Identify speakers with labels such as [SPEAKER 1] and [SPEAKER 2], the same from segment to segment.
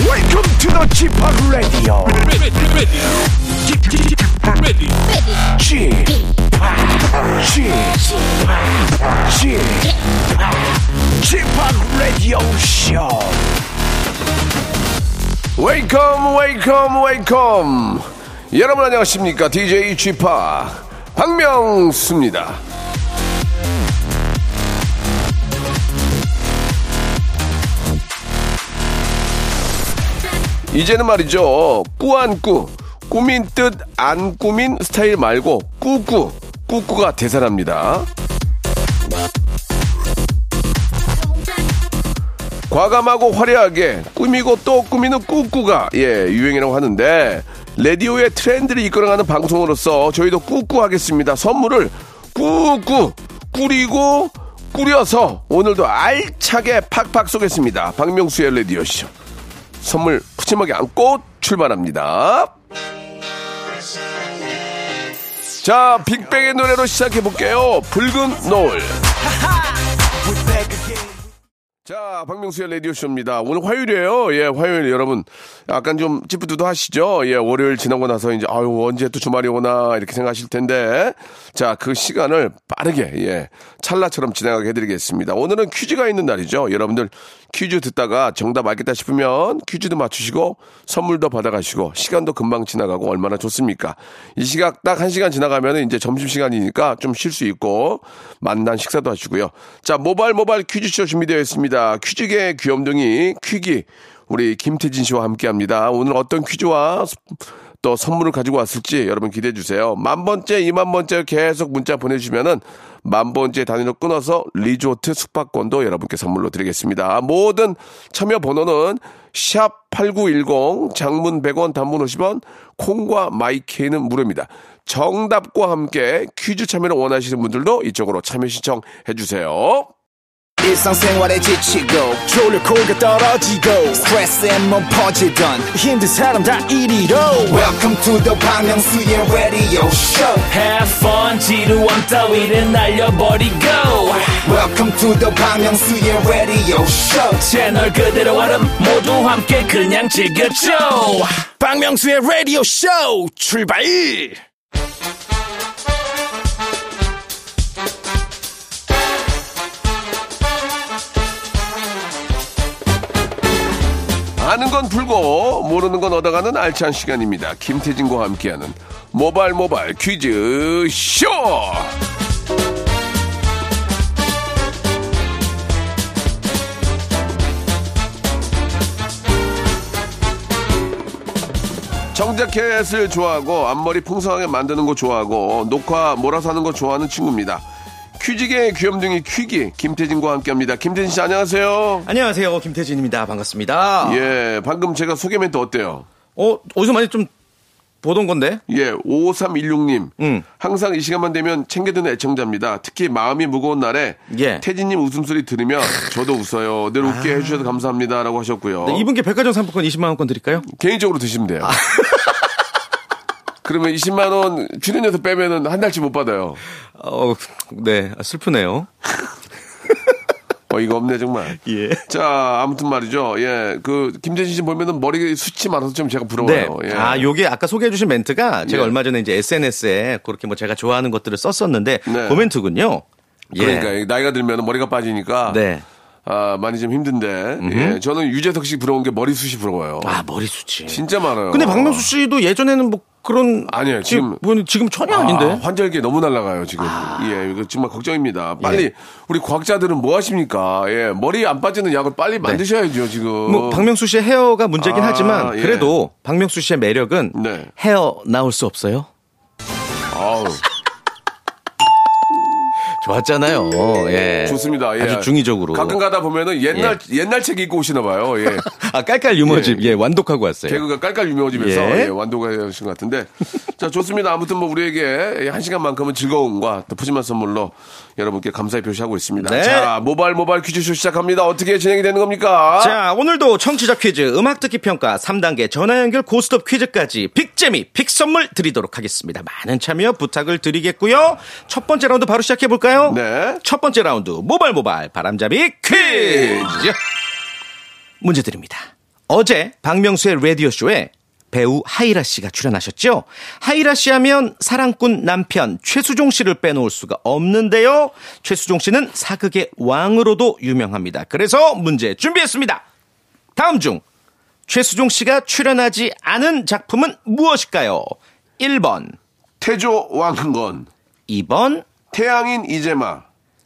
[SPEAKER 1] to the Chip Radio.
[SPEAKER 2] ready, ready, ready, ready.
[SPEAKER 1] Chip, Chip, Chip, Chip Radio Show. Welcome, welcome, welcome. 여러분 안녕하십니까? DJ Chip 박명수입니다. 이제는 말이죠. 꾸안꾸. 꾸민 듯 안 꾸민 스타일 말고 꾸꾸. 꾸꾸가 대사랍니다. 과감하고 화려하게 꾸미고 또 꾸미는 꾸꾸가 예 유행이라고 하는데 라디오의 트렌드를 이끌어가는 방송으로서 저희도 꾸꾸 하겠습니다. 선물을 꾸꾸 꾸리고 꾸려서 오늘도 알차게 팍팍 쏘겠습니다. 박명수의 라디오 쇼. 선물 푸짐하게 안고 출발합니다. 자, 빅뱅의 노래로 시작해 볼게요. 붉은 노을. 자, 박명수의 라디오쇼입니다. 오늘 화요일이에요. 예, 화요일 여러분. 약간 좀 찌뿌드도 하시죠? 예, 월요일 지나고 나서 이제, 아유, 언제 또 주말이 오나, 이렇게 생각하실 텐데. 자, 그 시간을 빠르게, 예, 찰나처럼 지나가게 해드리겠습니다. 오늘은 퀴즈가 있는 날이죠. 여러분들 퀴즈 듣다가 정답 알겠다 싶으면 퀴즈도 맞추시고, 선물도 받아가시고, 시간도 금방 지나가고, 얼마나 좋습니까? 이 시각 딱 한 시간 지나가면 이제 점심시간이니까 좀 쉴 수 있고, 만난 식사도 하시고요. 자, 모발 모발 퀴즈쇼 준비되어 있습니다. 퀴즈계 귀염둥이 퀴기 우리 김태진 씨와 함께합니다. 오늘 어떤 퀴즈와 스- 또 선물을 가지고 왔을지 여러분 기대해 주세요. 만 번째, 이만 번째 계속 문자 보내주시면은 만 번째 단위로 끊어서 리조트 숙박권도 여러분께 선물로 드리겠습니다. 모든 참여 번호는 샵 8910 장문 100원 단문 50원 콩과 마이케이는 무료입니다. 정답과 함께 퀴즈 참여를 원하시는 분들도 이쪽으로 참여 신청해 주세요.
[SPEAKER 3] 일상생활에 지치고, 졸려 코가 떨어지고, 스트레스에 몸 퍼지던, 힘든 사람 다 이리로. welcome to the Bang Myung-soo's radio show
[SPEAKER 4] Have fun 지루한 따위를 날려버리고
[SPEAKER 3] welcome to the Bang Myung-soo's radio show
[SPEAKER 4] 채널 그대로 얼음 모두 함께 그냥 즐겨줘
[SPEAKER 3] 박명수의 라디오 쇼 출발
[SPEAKER 1] 아는 건 풀고 모르는 건 얻어가는 알찬 시간입니다. 김태진과 함께하는 모발 모발 퀴즈 쇼. 정자켓을 좋아하고 앞머리 풍성하게 만드는 거 좋아하고 녹화 몰아서 하는 거 좋아하는 친구입니다. 퀴즈계의 귀염둥이 퀴기 김태진과 함께합니다. 김태진 씨 안녕하세요.
[SPEAKER 5] 안녕하세요. 김태진입니다. 반갑습니다.
[SPEAKER 1] 예, 방금 제가 소개 멘트 어때요?
[SPEAKER 5] 어, 어디서 많이 좀 보던 건데?
[SPEAKER 1] 예, 5316님.
[SPEAKER 5] 음.
[SPEAKER 1] 항상 이 시간만 되면 챙겨드는 애청자입니다. 특히 마음이 무거운 날에
[SPEAKER 5] 예. 아.
[SPEAKER 1] 태진님 웃음소리 들으면 저도 웃어요. 늘 웃게 해주셔서 감사합니다라고 하셨고요.
[SPEAKER 5] 네, 이분께 아. 백화점 상품권 20만 원권 드릴까요?
[SPEAKER 1] 개인적으로 드시면 돼요. 그러면 20만 원 출연료에서 빼면은 한 달치 못 받아요.
[SPEAKER 5] 어, 네. 아, 슬프네요.
[SPEAKER 1] 어 이거 없네 정말.
[SPEAKER 5] 예.
[SPEAKER 1] 자 아무튼 말이죠. 예, 그 김재진 씨 보면은 머리 숱이 많아서 좀 제가
[SPEAKER 5] 네.
[SPEAKER 1] 부러워요. 예.
[SPEAKER 5] 아, 요게 아까 소개해 주신 멘트가 제가
[SPEAKER 1] 예.
[SPEAKER 5] 얼마 전에 이제 SNS에 그렇게 뭐 제가 좋아하는 것들을 썼었는데
[SPEAKER 1] 네.
[SPEAKER 5] 그 멘트군요. 예.
[SPEAKER 1] 그러니까 나이가 들면 머리가 빠지니까
[SPEAKER 5] 네.
[SPEAKER 1] 아 많이 좀 힘든데 예, 저는 유재석 씨 부러운 게 머리숱이 부러워요.
[SPEAKER 5] 아, 머리숱이.
[SPEAKER 1] 진짜 많아요.
[SPEAKER 5] 근데 박명수 씨도 예전에는 뭐 그런
[SPEAKER 1] 아니에요, 지금-
[SPEAKER 5] 지금 뭐 지금 전혀
[SPEAKER 1] 아,
[SPEAKER 5] 아닌데.
[SPEAKER 1] 환절기 너무 날아가요 지금. 예, 이거 정말 걱정입니다. 빨리
[SPEAKER 5] 예.
[SPEAKER 1] 우리 과학자들은 뭐 하십니까? 예, 머리 안 빠지는 약을 빨리 만드셔야죠 지금.
[SPEAKER 5] 네. 뭐 박명수 씨의 헤어가 문제긴
[SPEAKER 1] 어. 아,
[SPEAKER 5] 하지만
[SPEAKER 1] 예.
[SPEAKER 5] 그래도 박명수 씨의 매력은
[SPEAKER 1] 네.
[SPEAKER 5] 헤어 나올 수 없어요.
[SPEAKER 1] 아우,
[SPEAKER 5] 좋았잖아요. 예.
[SPEAKER 1] 좋습니다. 예.
[SPEAKER 5] 아주 중의적으로. 예.
[SPEAKER 1] 가끔 가다 보면은 옛날 옛날 책 읽고 오시나 봐요. 예.
[SPEAKER 5] 아, 깔깔 유머집. 예, 완독하고 왔어요.
[SPEAKER 1] 개그가 깔깔 유명호집에서
[SPEAKER 5] 예.
[SPEAKER 1] 예, 완도가 되신 것 같은데 자 좋습니다 아무튼 뭐 우리에게 예, 한 시간만큼은 즐거움과 또 푸짐한 선물로 여러분께 감사의 표시하고 있습니다
[SPEAKER 5] 네.
[SPEAKER 1] 자 모발 모발 퀴즈쇼 시작합니다 어떻게 진행이 되는 겁니까
[SPEAKER 5] 자, 오늘도 청취자 퀴즈, 음악 듣기 평가 3단계 전화 연결 고스톱 퀴즈까지 빅재미, 빅선물 드리도록 하겠습니다. 많은 참여 부탁을 드리겠고요. 첫 번째 라운드 바로 시작해 볼까요?
[SPEAKER 1] 네.
[SPEAKER 5] 첫 번째 라운드 모발모발 바람잡이 퀴즈. 문제 드립니다. 어제 박명수의 라디오쇼에 배우 하이라 씨가 출연하셨죠. 하이라 씨 하면 사랑꾼 남편 최수종 씨를 빼놓을 수가 없는데요. 최수종 씨는 사극의 왕으로도 유명합니다. 그래서 문제 준비했습니다. 다음 중 최수종 씨가 출연하지 않은 작품은 무엇일까요? 1번,
[SPEAKER 1] 태조 왕건
[SPEAKER 5] 2번,
[SPEAKER 1] 태양인 이재마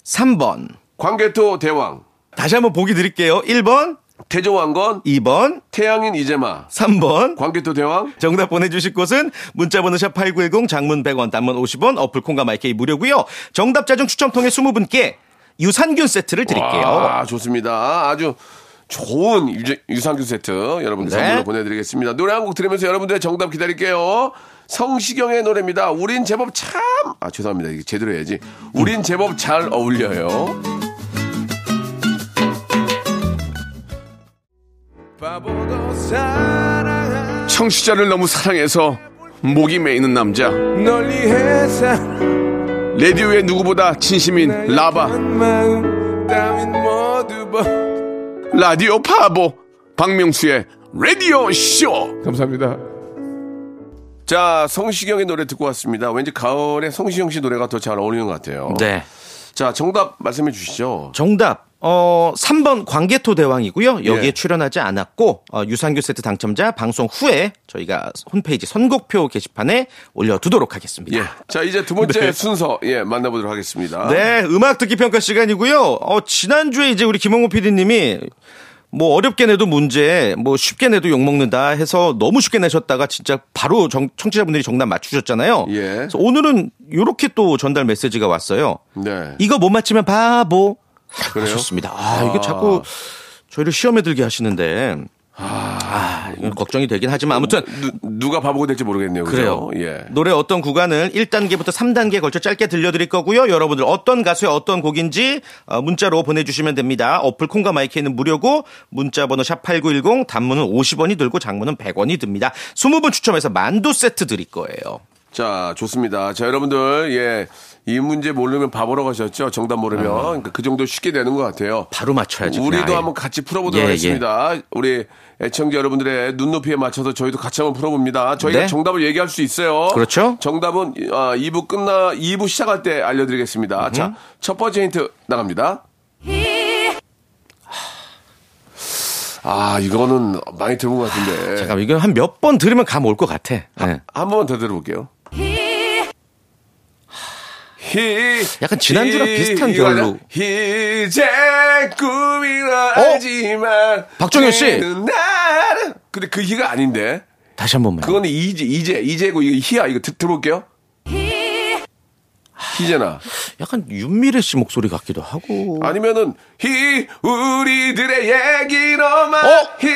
[SPEAKER 5] 3번.
[SPEAKER 1] 광개토 대왕
[SPEAKER 5] 다시 한번 보기 드릴게요. 1번,
[SPEAKER 1] 태조 왕건
[SPEAKER 5] 2번,
[SPEAKER 1] 태양인 이재마
[SPEAKER 5] 3번.
[SPEAKER 1] 광개토 대왕
[SPEAKER 5] 정답 보내주실 곳은 문자번호 샵8910 장문 100원 단문 50원 어플 콩과 마이케이 무료고요 정답자 중 추첨 통해 20분께 유산균 세트를 드릴게요
[SPEAKER 1] 아, 좋습니다. 아주 좋은 유제- 유산균 세트 여러분들
[SPEAKER 5] 네.
[SPEAKER 1] 선물로 보내드리겠습니다. 노래 한 곡 들으면서 여러분들의 정답 기다릴게요. 성시경의 노래입니다. 우린 제법 참. 아, 죄송합니다. 이게 제대로 해야지. 우린 제법 잘 어울려요. 청취자를 너무 사랑해서 목이 메이는 남자. 레디오의 누구보다 진심인 라바. 라디오 파보 박명수의 라디오 쇼 감사합니다 자 성시경의 노래 듣고 왔습니다 왠지 가을에 성시경 씨 노래가 더 잘 어울리는 것 같아요
[SPEAKER 5] 네
[SPEAKER 1] 자 정답 말씀해 주시죠
[SPEAKER 5] 정답 어 3번 광개토 대왕이고요 여기에
[SPEAKER 1] 예.
[SPEAKER 5] 출연하지 않았고 어, 유산균 세트 당첨자 방송 후에 저희가 홈페이지 선곡표 게시판에 올려두도록 하겠습니다
[SPEAKER 1] 예자 이제 두 번째 순서 예 만나보도록 하겠습니다
[SPEAKER 5] 네, 음악 듣기 평가 시간이고요. 어, 지난주에 이제 우리 김홍호 PD님이 뭐 어렵게 내도 문제, 뭐 쉽게 내도 욕먹는다 해서 너무 쉽게 내셨다가 진짜 바로 정, 청취자분들이 정답 맞추셨잖아요.
[SPEAKER 1] 예.
[SPEAKER 5] 그래서 오늘은 요렇게 또 전달 메시지가 왔어요.
[SPEAKER 1] 네.
[SPEAKER 5] 이거 못 맞히면 바보.
[SPEAKER 1] 그래요?
[SPEAKER 5] 하셨습니다. 아, 이게 자꾸 저희를 시험에 들게 하시는데. 아, 이건 걱정이 되긴 하지만 아무튼
[SPEAKER 1] 누, 가 바보가 될지 모르겠네요 그죠?
[SPEAKER 5] 그래요.
[SPEAKER 1] 예
[SPEAKER 5] 노래 어떤 구간을 1단계부터 3단계에 걸쳐 짧게 들려드릴 거고요. 여러분들 어떤 가수의 어떤 곡인지 어, 문자로 보내주시면 됩니다. 어플 콩과 마이크는 무료고 문자 번호 샵8910 단문은 50원이 들고 장문은 100원이 듭니다. 20분 추첨해서 만두 세트 드릴 거예요.
[SPEAKER 1] 자, 좋습니다. 자, 여러분들, 예. 이 문제 모르면 바보라고 하셨죠? 정답 모르면. 그러니까 그 정도 쉽게 되는 것 같아요.
[SPEAKER 5] 음. 바로 맞춰야죠.
[SPEAKER 1] 우리도
[SPEAKER 5] 그냥 아예.
[SPEAKER 1] 한번 같이 풀어보도록
[SPEAKER 5] 예,
[SPEAKER 1] 하겠습니다. 우리 애청자 여러분들의 눈높이에 맞춰서 저희도 같이 한번 풀어봅니다. 저희가
[SPEAKER 5] 네.
[SPEAKER 1] 정답을 얘기할 수 있어요.
[SPEAKER 5] 그렇죠.
[SPEAKER 1] 정답은 아, 2부 끝나, 2부 시작할 때 알려드리겠습니다. 자, 첫 번째 힌트 나갑니다. 아, 이거는 많이 들은 것 같은데.
[SPEAKER 5] 잠깐 이거 한 몇 번 들으면 감 올 것 같아. 네.
[SPEAKER 1] 한 번만 더 들어볼게요. 히.
[SPEAKER 5] 약간 지난주랑
[SPEAKER 1] 히-
[SPEAKER 5] 비슷한
[SPEAKER 1] 이거 아니야?
[SPEAKER 5] 결로. 어?
[SPEAKER 1] 이제 꿈이라 알지만.
[SPEAKER 5] 박정현 씨.
[SPEAKER 1] 그는 나를- 근데 그 히가 아닌데.
[SPEAKER 5] 다시 한 번만.
[SPEAKER 1] 그거는 이제, 이제, 이제고 이거 히야. 이거 들, 들어볼게요. 히제나.
[SPEAKER 5] 약간 윤미래 씨 목소리 같기도 하고.
[SPEAKER 1] 아니면은 히 우리들의 얘기로만
[SPEAKER 5] 어?
[SPEAKER 1] 히.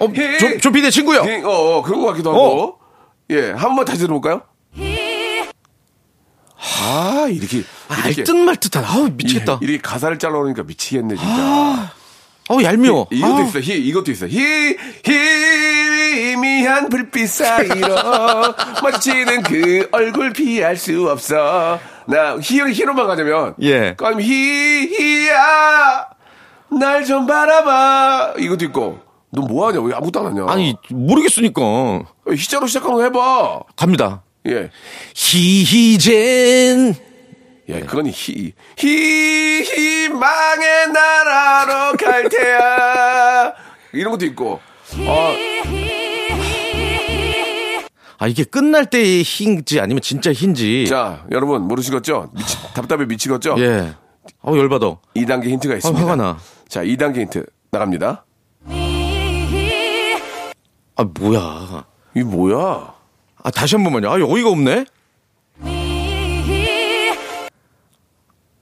[SPEAKER 5] 어,
[SPEAKER 1] 히-
[SPEAKER 5] 조, 조 PD 친구요.
[SPEAKER 1] 히- 어, 어, 그런 것 같기도 하고. 예, 한 번만 다시 들어볼까요? 아, 이렇게. 이렇게.
[SPEAKER 5] 알듯 말 듯한. 아우 미치겠다.
[SPEAKER 1] 이, 이렇게 가사를 잘라오니까 미치겠네, 진짜.
[SPEAKER 5] 아우 얄미워.
[SPEAKER 1] 이, 이것도
[SPEAKER 5] 아우.
[SPEAKER 1] 있어, 히, 이것도 있어. 히, 희미한 불빛 사이로 멋지는 그 얼굴 피할 수 없어. 나, 히, 히로만 가자면.
[SPEAKER 5] 예.
[SPEAKER 1] 그럼 히, 히야, 날 좀 바라봐. 이것도 있고. 너 뭐하냐? 왜 아무것도 안 하냐? 어,
[SPEAKER 5] 아니 모르겠으니까
[SPEAKER 1] 히자로 시작하는 거 해봐.
[SPEAKER 5] 갑니다.
[SPEAKER 1] 예.
[SPEAKER 5] 희희젠 네.
[SPEAKER 1] 예, 그건 희, 희, 희망의 나라로 갈 테야. 이런 것도 있고.
[SPEAKER 5] 아 이게 끝날 때의 흰지 아니면 진짜 흰지
[SPEAKER 1] 자, 어. 여러분, 모르시겠죠? 미치, 답답해 미치겠죠?
[SPEAKER 5] 예 아우 열받아
[SPEAKER 1] 2단계 힌트가
[SPEAKER 5] 아
[SPEAKER 1] 있습니다.
[SPEAKER 5] 화가 나아
[SPEAKER 1] 자, 2단계 힌트 나갑니다.
[SPEAKER 5] 아, 뭐야
[SPEAKER 1] 이게 뭐야?
[SPEAKER 5] 아 다시 한 번만요 아 어이가 없네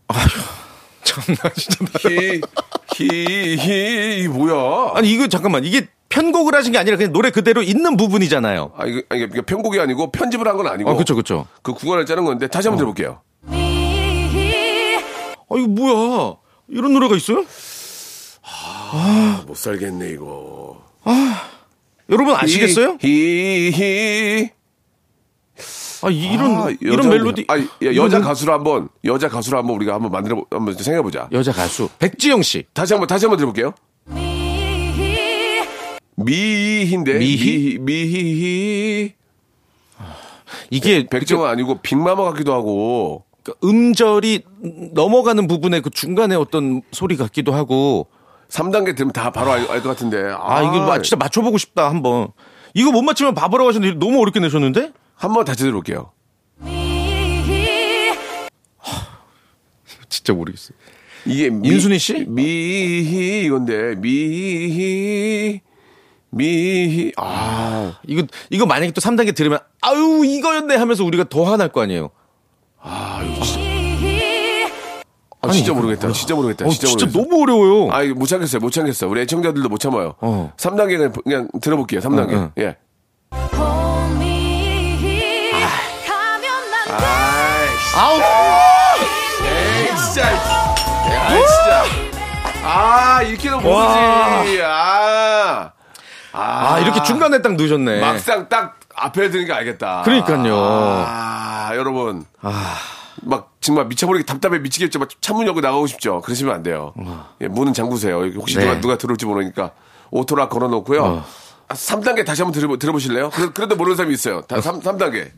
[SPEAKER 5] 아휴 참나 진짜 나-
[SPEAKER 1] 히, 히, 히, 이 뭐야?
[SPEAKER 5] 아니 이거 잠깐만 이게 편곡을 하신 게 아니라 그냥 노래 그대로 있는 부분이잖아요
[SPEAKER 1] 아, 이거, 아, 이게 이게 편곡이 아니고 편집을 한 건 아니고.
[SPEAKER 5] 아 그쵸 그쵸
[SPEAKER 1] 그 구간을 짜는 건데, 다시 한번 들어볼게요.
[SPEAKER 5] 아 이거 뭐야 이런 노래가 있어요?
[SPEAKER 1] 아, 못 살겠네, 이거.
[SPEAKER 5] 여러분 아시겠어요?
[SPEAKER 1] 히, 히, 히.
[SPEAKER 5] 아 이런
[SPEAKER 1] 아,
[SPEAKER 5] 이런
[SPEAKER 1] 여자-
[SPEAKER 5] 멜로디 음.
[SPEAKER 1] 아니, 야,
[SPEAKER 5] 이런
[SPEAKER 1] 여자
[SPEAKER 5] 멜-
[SPEAKER 1] 가수로 한번 여자 가수로 한번 우리가 한번 만들어 보- 한번 생각해 보자.
[SPEAKER 5] 여자 가수 백지영 씨
[SPEAKER 1] 다시 한번 다시 한번 들어볼게요. 미희인데 미희
[SPEAKER 5] 미희?
[SPEAKER 1] 미희희
[SPEAKER 5] 이게
[SPEAKER 1] 백정은 아니고 빅마마 같기도 하고
[SPEAKER 5] 그 음절이 넘어가는 부분에 그 중간에 어떤 소리 같기도 하고
[SPEAKER 1] 3단계 들으면 다 바로 알 것 같은데
[SPEAKER 5] 아, 이거 마- 진짜 맞춰보고 싶다 한번 이거 못 맞추면 바보라고 하셨는데 너무 어렵게 내셨는데
[SPEAKER 1] 한번 다시 들어볼게요
[SPEAKER 5] 진짜 모르겠어요
[SPEAKER 1] 이게 미,
[SPEAKER 5] 인순이 씨?
[SPEAKER 1] 미희 이건데 미희 미희 아
[SPEAKER 5] 이거 이거 만약에 또 3단계 들으면 아유 이거였네 하면서 우리가 더 화날 거 아니에요
[SPEAKER 1] 아,
[SPEAKER 5] 아니,
[SPEAKER 1] 진짜
[SPEAKER 5] 이거
[SPEAKER 1] 모르겠다
[SPEAKER 5] 뭐야.
[SPEAKER 1] 진짜 모르겠다
[SPEAKER 5] 어,
[SPEAKER 1] 네, 진짜,
[SPEAKER 5] 진짜
[SPEAKER 1] 모르겠어
[SPEAKER 5] 너무 어려워요
[SPEAKER 1] 아, 이거 못 참겠어요, 못 참겠어요. 우리 애청자들도 못 참아요.
[SPEAKER 5] 어.
[SPEAKER 1] 3단계 그냥, 그냥 들어볼게요, 3단계.
[SPEAKER 5] 응,
[SPEAKER 1] 예. 아.
[SPEAKER 5] 아우
[SPEAKER 1] 에이, 진짜. 에이, 진짜. 아, 이렇게는 모르지. 아.
[SPEAKER 5] 아, 이렇게 중간에 딱 넣으셨네 어,
[SPEAKER 1] 막상 딱 앞에 드니까 알겠다.
[SPEAKER 5] 그러니까요.
[SPEAKER 1] 아, 여러분. 막 정말 미쳐버리게 답답해 미치겠죠. 막 창문 열고 나가고 싶죠. 그러시면 안 돼요. 예, 문은 잠그세요. 혹시
[SPEAKER 5] 어. 네.
[SPEAKER 1] 누가, 누가 들어올지 모르니까 오토락 걸어놓고요.
[SPEAKER 5] 어.
[SPEAKER 1] 아, 3단계 다시 한번 들어보, 들어보실래요? 그래, 그래도 모르는 사람이 있어요. 다 3, 삼단계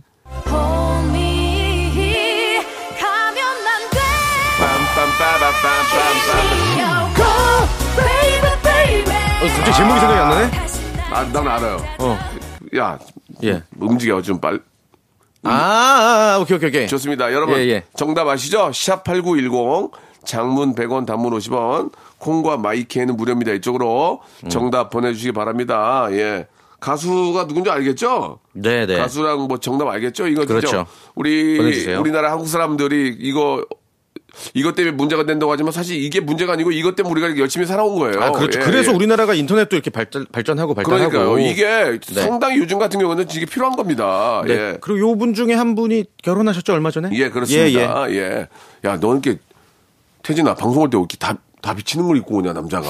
[SPEAKER 1] 빰빰빠바빰빰빰.
[SPEAKER 5] 어, 갑자기 제목이 생각이 안 나네
[SPEAKER 1] 아, 난 알아요.
[SPEAKER 5] 어.
[SPEAKER 1] 야,
[SPEAKER 5] 예.
[SPEAKER 1] 움직여. 좀 빨리.
[SPEAKER 5] 아, 아, 아, 오케이, 오케이, 오케이.
[SPEAKER 1] 좋습니다. 여러분
[SPEAKER 5] 예, 예.
[SPEAKER 1] 정답 아시죠? 샵8910 장문 100원 단문 50원 콩과 마이케는 무료입니다. 이쪽으로 정답 보내주시기 바랍니다. 예. 가수가 누군지 알겠죠?
[SPEAKER 5] 네, 네.
[SPEAKER 1] 가수랑 뭐 정답 알겠죠? 이거 진짜
[SPEAKER 5] 그렇죠.
[SPEAKER 1] 우리
[SPEAKER 5] 보내주세요.
[SPEAKER 1] 우리나라 한국 사람들이 이거 이것 때문에 문제가 된다고 하지만 사실 이게 문제가 아니고 이것 때문에 우리가 열심히 살아온 거예요.
[SPEAKER 5] 아, 그렇죠.
[SPEAKER 1] 예,
[SPEAKER 5] 그래서
[SPEAKER 1] 예.
[SPEAKER 5] 우리나라가 인터넷도 이렇게 발전, 발전하고 발전하고.
[SPEAKER 1] 그러니까요. 이게
[SPEAKER 5] 네.
[SPEAKER 1] 상당히 요즘 같은 경우는 이게 필요한 겁니다.
[SPEAKER 5] 네.
[SPEAKER 1] 예.
[SPEAKER 5] 그리고 요 분 중에 한 분이 결혼하셨죠 얼마 전에?
[SPEAKER 1] 예, 그렇습니다. 예. 야, 너 이렇게 태진아 방송할 때 이렇게 다, 다 비치는 걸 입고 오냐 남자가.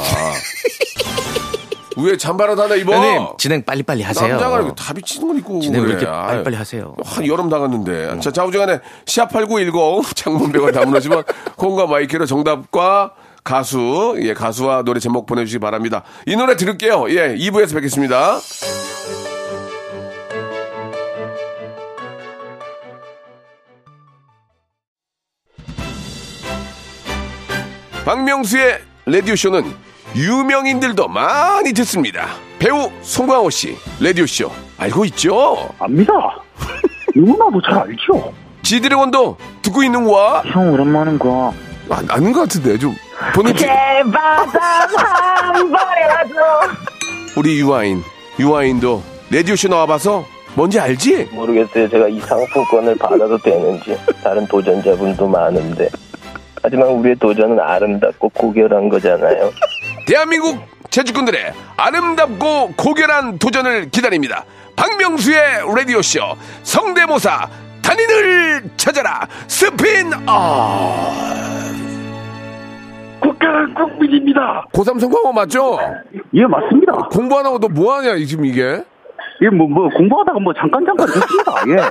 [SPEAKER 1] 왜 잠바라도 하나 입어?
[SPEAKER 5] 회원님 진행 빨리 빨리 하세요.
[SPEAKER 1] 남자가 이렇게 다 비치는 걸 입고
[SPEAKER 5] 진행 왜 이렇게
[SPEAKER 1] 아유,
[SPEAKER 5] 빨리빨리 하세요? 음.
[SPEAKER 1] 한 여름 나갔는데. 자, 자우지간에 시합 8910 장문 100원 담으시면 콩과 마이크로 정답과 가수, 예, 가수와 노래 제목 보내주시기 바랍니다. 이 노래 들을게요. 예, 2부에서 뵙겠습니다. 박명수의 라디오쇼는 유명인들도 많이 듣습니다. 배우 송강호 씨, 라디오쇼 알고 있죠?
[SPEAKER 6] 압니다. 누구나도 뭐 잘 알죠.
[SPEAKER 1] 지드래곤도 듣고 있는 거야?
[SPEAKER 6] 형 오랜만인 거.
[SPEAKER 1] 아, 아닌 것 같은데 좀 보는 중 우리 유아인 유아인도 라디오쇼 나와봐서 뭔지 알지?
[SPEAKER 7] 모르겠어요. 제가 이 상품권을 받아도 되는지 다른 도전자분도 많은데 하지만 우리의 도전은 아름답고 고결한 거잖아요.
[SPEAKER 1] 대한민국 재주꾼들의 아름답고 고결한 도전을 기다립니다. 박명수의 라디오쇼 성대모사 단인을 찾아라 스핀어
[SPEAKER 6] 국가는 국민입니다.
[SPEAKER 1] 고3 성공한 맞죠?
[SPEAKER 6] 예, 맞습니다.
[SPEAKER 1] 공부 안 하고 너 뭐하냐 지금 이게?
[SPEAKER 6] 예, 뭐, 뭐, 공부하다가 뭐, 잠깐, 잠깐 됐습니다. 예.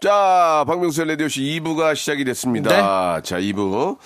[SPEAKER 1] 자, 박명수의 라디오쇼 2부가 시작이 됐습니다.
[SPEAKER 5] 네.
[SPEAKER 1] 자, 2부.